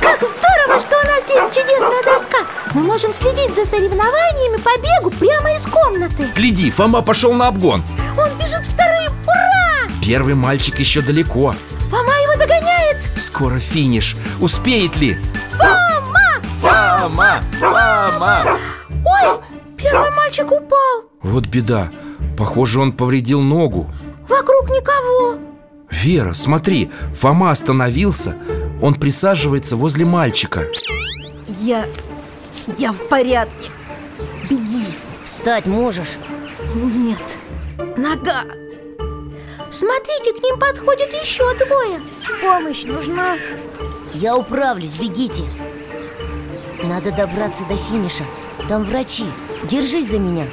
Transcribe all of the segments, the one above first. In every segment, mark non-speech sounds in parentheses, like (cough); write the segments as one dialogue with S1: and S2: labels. S1: Как здорово, что у нас есть чудесная доска! Мы можем следить за соревнованиями по бегу прямо из комнаты.
S2: Гляди, Фома пошел на обгон.
S1: Он бежит вторым. Ура!
S2: Первый мальчик еще далеко.
S1: Фома его догоняет.
S2: Скоро финиш. Успеет ли?
S1: Фома!
S3: Фома! Фома!
S1: Ой, первый мальчик упал.
S2: Вот беда. Похоже, он повредил ногу.
S1: Вокруг никого.
S2: Вера, смотри, Фома остановился. Он присаживается возле мальчика.
S1: Я... я в порядке. Беги.
S4: Встать можешь?
S1: Нет. Нога. Смотрите, к ним подходит еще двое. Помощь нужна.
S4: Я управлюсь, бегите Надо добраться до финиша Там врачи, держись за меня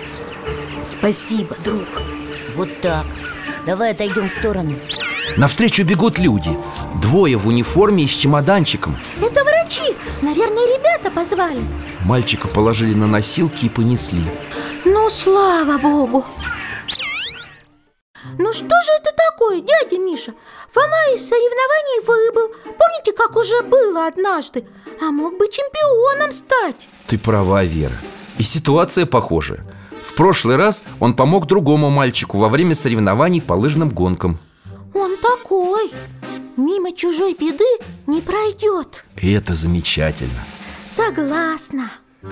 S1: Спасибо, друг.
S4: Вот так Давай отойдем в сторону
S2: Навстречу бегут люди. Двое в униформе и с чемоданчиком.
S1: Это врачи. Наверное, ребята позвали.
S2: Мальчика положили на носилки и понесли.
S1: Ну, слава богу. Ну что же это такое, дядя Миша? Фома из соревнований выбыл. Помните, как уже было однажды? А мог бы чемпионом стать.
S2: Ты права, Вера. И ситуация похожа. В прошлый раз он помог другому мальчику во время соревнований по лыжным гонкам.
S1: Он такой. Мимо чужой беды не пройдет.
S2: И это замечательно.
S1: Согласна.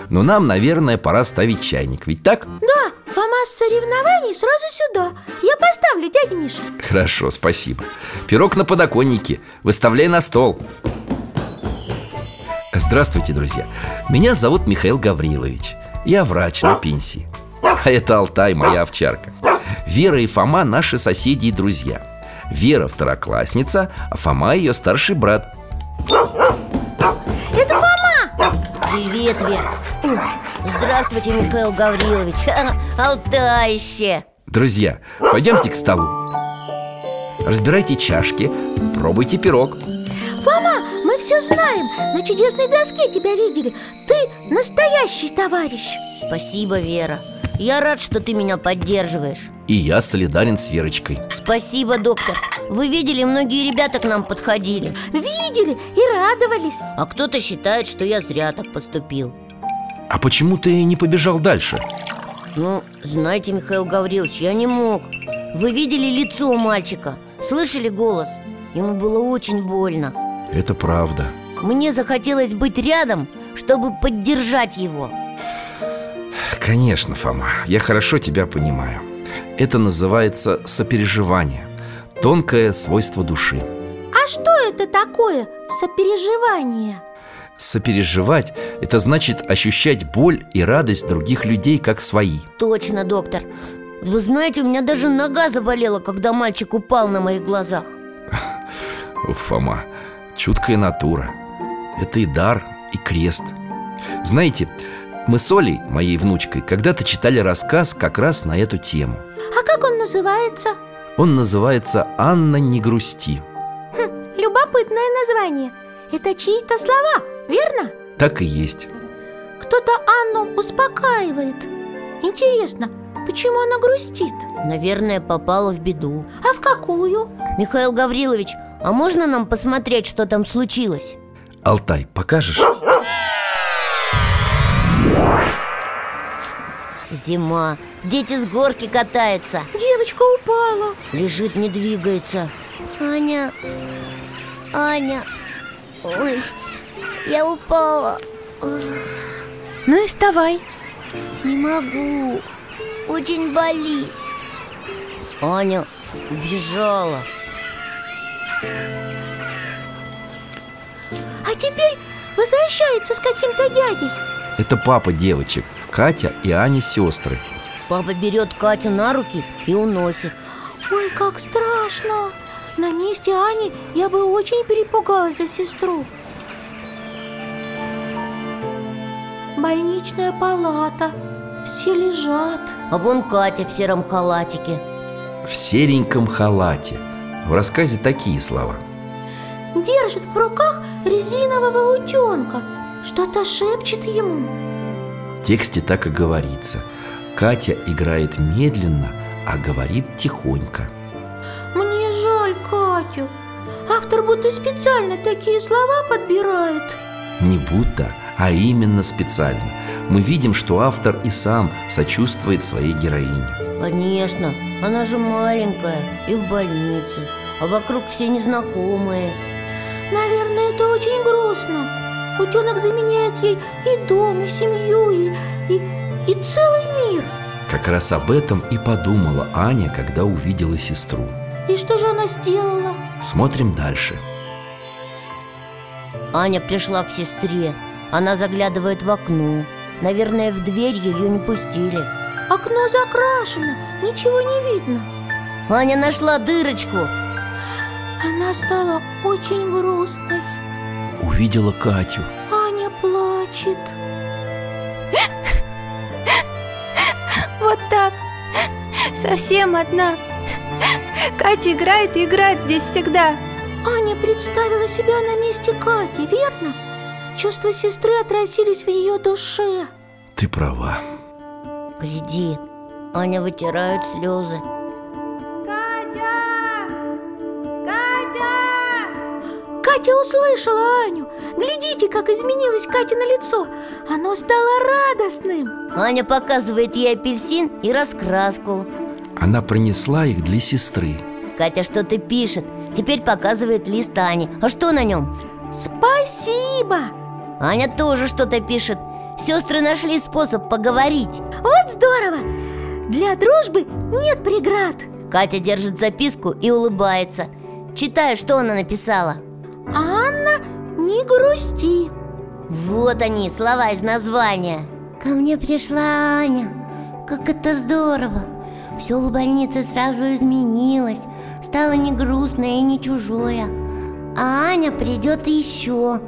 S2: Но нам, наверное, пора ставить чайник, ведь так?
S1: Да, Фома с соревнований сразу сюда. Я поставлю, дядя Миша.
S2: Хорошо, спасибо. Пирог на подоконнике. Выставляй на стол. Здравствуйте, друзья. Меня зовут Михаил Гаврилович. Я врач на пенсии. А это Алтай, моя овчарка. Вера и Фома – наши соседи и друзья. Вера – второклассница, а Фома – ее старший брат.
S1: Это Фома!
S4: Привет, Вера Ух, Здравствуйте, Михаил Гаврилович (laughs) Ха, Алтаище
S2: Друзья, пойдемте к столу. Разбирайте чашки, пробуйте пирог.
S1: Фома, мы все знаем. На чудесной доске тебя видели. Ты настоящий товарищ.
S4: Спасибо, Вера Я рад, что ты меня поддерживаешь
S2: И я солидарен с Верочкой.
S4: Спасибо, доктор Вы видели, многие ребята к нам подходили
S1: Видели и радовались.
S4: А кто-то считает, что я зря так поступил
S2: А почему ты не побежал дальше?
S4: Ну, знаете, Михаил Гаврилович, я не мог Вы видели лицо у мальчика? Слышали голос? Ему было очень больно
S2: Это правда.
S4: Мне захотелось быть рядом, чтобы поддержать его
S2: Конечно, Фома, я хорошо тебя понимаю. Это называется сопереживание. Тонкое свойство души.
S1: А что это такое? Сопереживание.
S2: Сопереживать – это значит ощущать боль и радость других людей как свои.
S4: Точно, доктор Вы знаете, у меня даже нога заболела, когда мальчик упал на моих глазах
S2: Ух, Фома, чуткая натура. Это и дар, и крест. Знаете, мы с Олей, моей внучкой, когда-то читали рассказ как раз на эту тему.
S1: А как он называется?
S2: Он называется «Анна, не грусти».
S1: Хм, любопытное название. Это чьи-то слова, верно?
S2: Так и есть.
S1: Кто-то Анну успокаивает. Интересно, почему она грустит?
S4: Наверное, попала в беду
S1: А в какую?
S4: Михаил Гаврилович, а можно нам посмотреть, что там случилось?
S2: Алтай, покажешь?
S4: Зима Дети с горки катаются
S1: Девочка упала.
S4: Лежит, не двигается
S5: Аня, Аня, ой, я упала,
S1: Ну и вставай.
S5: не могу, очень болит.
S4: Аня убежала
S1: А теперь возвращается с каким-то дядей
S2: Это папа девочек, Катя и Аня сестры.
S4: Папа берет Катю на руки и уносит
S1: Ой, как страшно На месте Ани я бы очень перепугалась за сестру Больничная палата Все лежат
S4: А вон Катя в сером халатике
S2: В сереньком халате. В рассказе такие слова.
S1: Держит в руках резинового утенка Что-то шепчет ему
S2: В тексте так и говорится. Катя играет медленно, а говорит тихонько.
S1: Мне жаль Катю Автор будто специально такие слова подбирает
S2: Не будто, а именно специально. Мы видим, что автор и сам сочувствует своей героине.
S4: Конечно, она же маленькая и в больнице А вокруг все незнакомые
S1: Наверное, это очень грустно. Утенок заменяет ей и дом, и семью, и, и, и целый мир.
S2: Как раз об этом и подумала Аня, когда увидела сестру.
S1: И что же она сделала?
S2: Смотрим дальше.
S4: Аня пришла к сестре Она заглядывает в окно Наверное, в дверь ее не пустили
S1: Окно закрашено, ничего не видно.
S4: Аня нашла дырочку
S1: Она стала очень грустной.
S2: Увидела Катю.
S1: Аня плачет.
S6: Вот так. Совсем одна. Катя играет и играет здесь всегда.
S1: Аня представила себя на месте Кати, верно? Чувства сестры отразились в ее душе.
S2: Ты права.
S4: Гляди, Аня вытирает слезы
S6: Катя! Катя!
S1: Катя услышала Аню. Глядите, как изменилось Катино лицо. Оно стало радостным.
S4: Аня показывает ей апельсин и раскраску
S2: Она принесла их для сестры.
S4: Катя что-то пишет Теперь показывает лист Ане А что на нем?
S1: Спасибо!
S4: Аня тоже что-то пишет Сестры нашли способ поговорить
S1: Вот здорово! Для дружбы нет преград!
S4: Катя держит записку и улыбается Читаю, что она написала
S1: А Анна, не грусти!
S4: Вот они, слова из названия
S5: Ко мне пришла Аня. Как это здорово! Все в больнице сразу изменилось. Стало не грустное и не чужое. А Аня придет еще.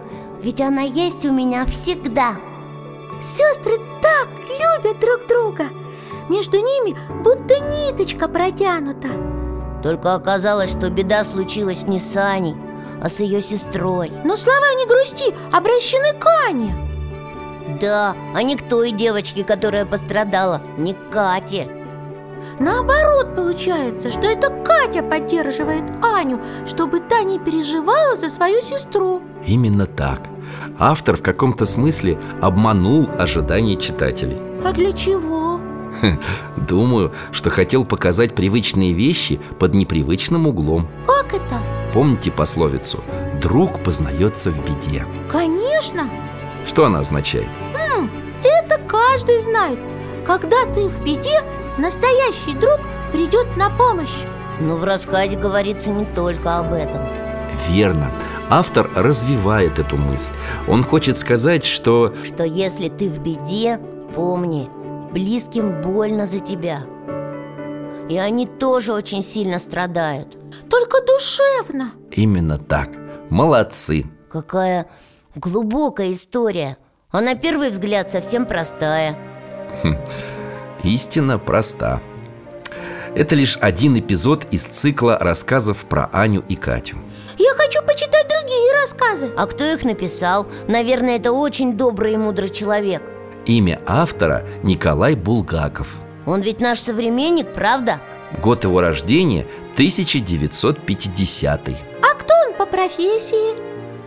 S5: Ведь она есть у меня всегда.
S1: Сестры так любят друг друга! Между ними будто ниточка протянута.
S4: Только оказалось, что беда случилась не с Аней, а с ее сестрой
S1: Но слова не грусти обращены к Ане.
S4: Да, а не к той девочке, которая пострадала, не к Кате
S1: Наоборот, получается, что это Катя поддерживает Аню, чтобы та не переживала за свою сестру.
S2: Именно так. Автор в каком-то смысле обманул ожидания читателей.
S1: А для чего?
S2: Думаю, что хотел показать привычные вещи под непривычным углом.
S1: Как это?
S2: Помните пословицу «друг познается в беде».
S1: Конечно,
S2: Что она означает?
S1: М, Это каждый знает. Когда ты в беде, настоящий друг придет на помощь.
S4: Но в рассказе говорится не только об этом
S2: Верно. Автор развивает эту мысль. Он хочет сказать, что
S4: Что если ты в беде, помни, близким больно за тебя И они тоже очень сильно страдают
S1: Только душевно.
S2: именно так. Молодцы.
S4: Какая глубокая история А на первый взгляд совсем простая
S2: Истина проста. Это лишь один эпизод из цикла рассказов про Аню и Катю.
S1: Я хочу почитать другие рассказы.
S4: А кто их написал? Наверное, это очень добрый и мудрый человек
S2: Имя автора Николай Булгаков.
S4: Он ведь наш современник, правда?
S2: Год его рождения 1950.
S1: А кто он по профессии?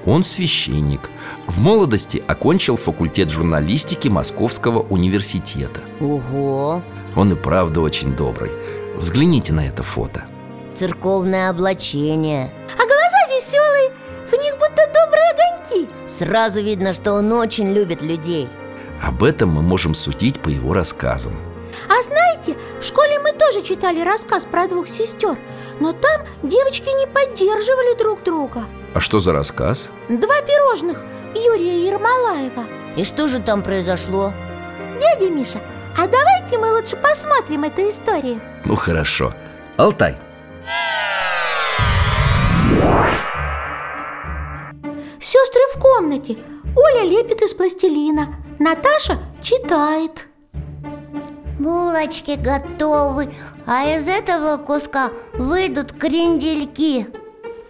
S2: Он священник. В молодости окончил факультет журналистики Московского университета.
S4: Ого!
S2: Он и правда очень добрый. Взгляните на это фото.
S4: Церковное облачение
S1: А глаза веселые, в них будто добрые огоньки.
S4: Сразу видно, что он очень любит людей
S2: Об этом мы можем судить по его рассказам.
S1: А знаете, в школе мы тоже читали рассказ про двух сестер, но там девочки не поддерживали друг друга.
S2: А что за рассказ?
S1: Два пирожных Юрия Ермолаева
S4: И что же там произошло?
S1: Дядя Миша, а давайте мы лучше посмотрим эту историю
S2: Ну хорошо. Алтай,
S1: Сестры в комнате Оля лепит из пластилина Наташа читает
S5: Булочки готовы, а из этого куска выйдут крендельки.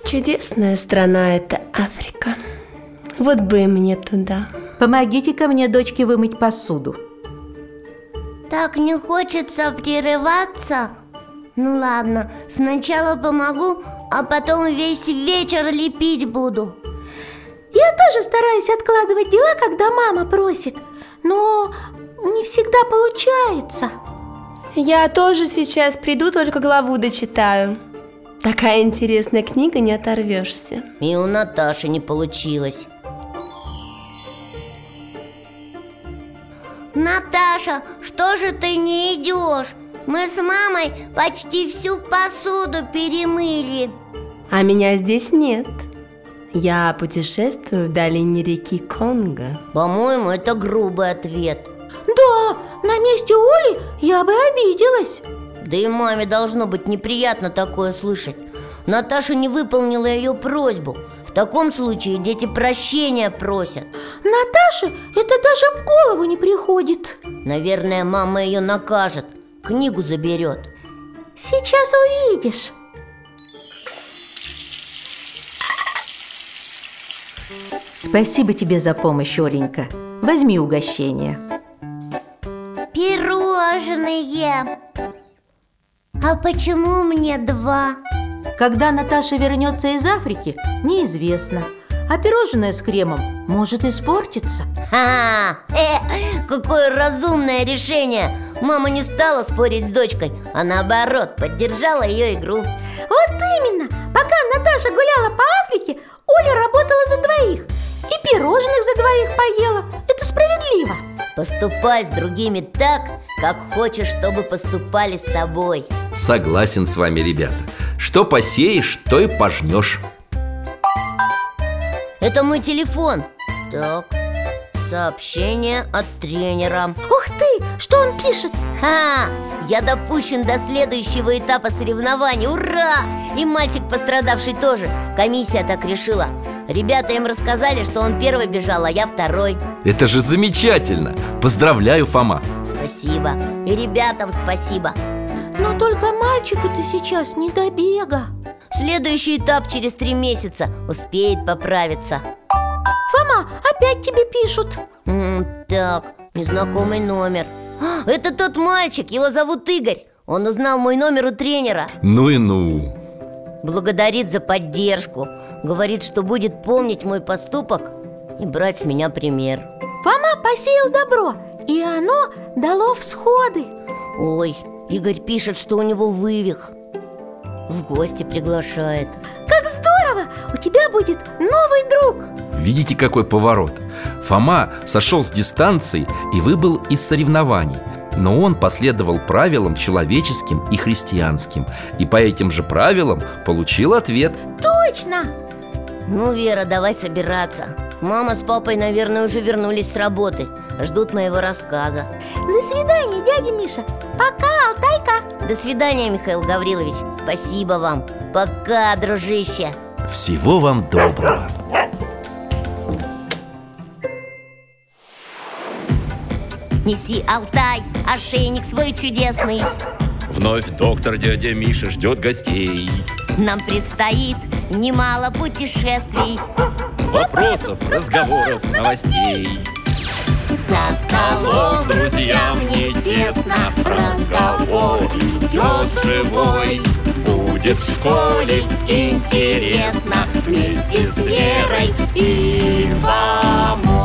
S7: Чудесная страна это Африка. Вот бы мне туда.
S8: Помогите-ка мне, дочке, вымыть посуду.
S5: Так не хочется прерываться. Ну ладно, сначала помогу, а потом весь вечер лепить буду.
S1: Я тоже стараюсь откладывать дела, когда мама просит Но не всегда получается
S7: Я тоже сейчас приду, только главу дочитаю. Такая интересная книга, не оторвешься.
S4: И у Наташи не получилось
S5: Наташа, что же ты не идешь? Мы с мамой почти всю посуду перемыли.
S7: А меня здесь нет. Я путешествую в долине реки Конго.
S4: По-моему, это грубый ответ
S1: Да, на месте Оли я бы обиделась
S4: Да и маме должно быть неприятно такое слышать Наташа не выполнила ее просьбу В таком случае дети прощения просят
S1: Наташе это даже в голову не приходит
S4: Наверное, мама ее накажет Книгу заберет
S1: Сейчас увидишь
S8: Спасибо тебе за помощь, Оленька. Возьми угощение.
S5: Пирожные. А почему мне два?
S8: Когда Наташа вернется из Африки, неизвестно. А пирожное с кремом может испортиться.
S4: Ха! Э, какое разумное решение! Мама не стала спорить с дочкой, а наоборот, поддержала ее игру.
S1: Вот именно! Пока Наташа гуляла по Африке, Оля работала за двоих И пирожных за двоих поела Это справедливо
S4: Поступай с другими так, как хочешь, чтобы поступали с тобой.
S2: согласен с вами, ребята. Что посеешь, то и пожнешь.
S4: Это мой телефон. Так, сообщение от тренера.
S1: Ух ты, что он пишет?
S4: Ха! Я допущен до следующего этапа соревнований. Ура! И мальчик пострадавший тоже. Комиссия так решила. Ребята им рассказали, что он первый бежал, а я второй.
S2: Это же замечательно! Поздравляю, Фома!
S4: Спасибо. И ребятам спасибо.
S1: Но только мальчику-то сейчас не до бега
S4: Следующий этап через три месяца успеет поправиться.
S1: Фома, опять тебе пишут
S4: М, так, незнакомый номер. А, Это тот мальчик, его зовут Игорь. Он узнал мой номер у тренера.
S2: Ну и ну!
S4: Благодарит за поддержку. Говорит, что будет помнить мой поступок и брать с меня пример.
S1: Фома посеял добро, и оно дало всходы
S4: Ой, Игорь пишет, что у него вывих. В гости приглашает.
S1: Как здорово! У тебя будет новый друг
S2: Видите, какой поворот? Фома сошел с дистанции и выбыл из соревнований. Но он последовал правилам человеческим и христианским. И по этим же правилам получил ответ.
S1: Точно!
S4: Ну, Вера, давай собираться. Мама с папой, наверное, уже вернулись с работы. Ждут моего рассказа.
S1: До свидания, дядя Миша Пока, Алтайка
S4: До свидания, Михаил Гаврилович. Спасибо вам. Пока, дружище.
S2: Всего вам доброго!
S4: Неси, Алтай, ошейник свой чудесный.
S9: Вновь доктор дядя Миша ждет гостей.
S4: Нам предстоит немало путешествий.
S9: Вопросов, разговоров, новостей.
S4: За столом
S9: друзьям не тесно, разговор идет живой. Будет в школе интересно вместе с Верой и Фомой.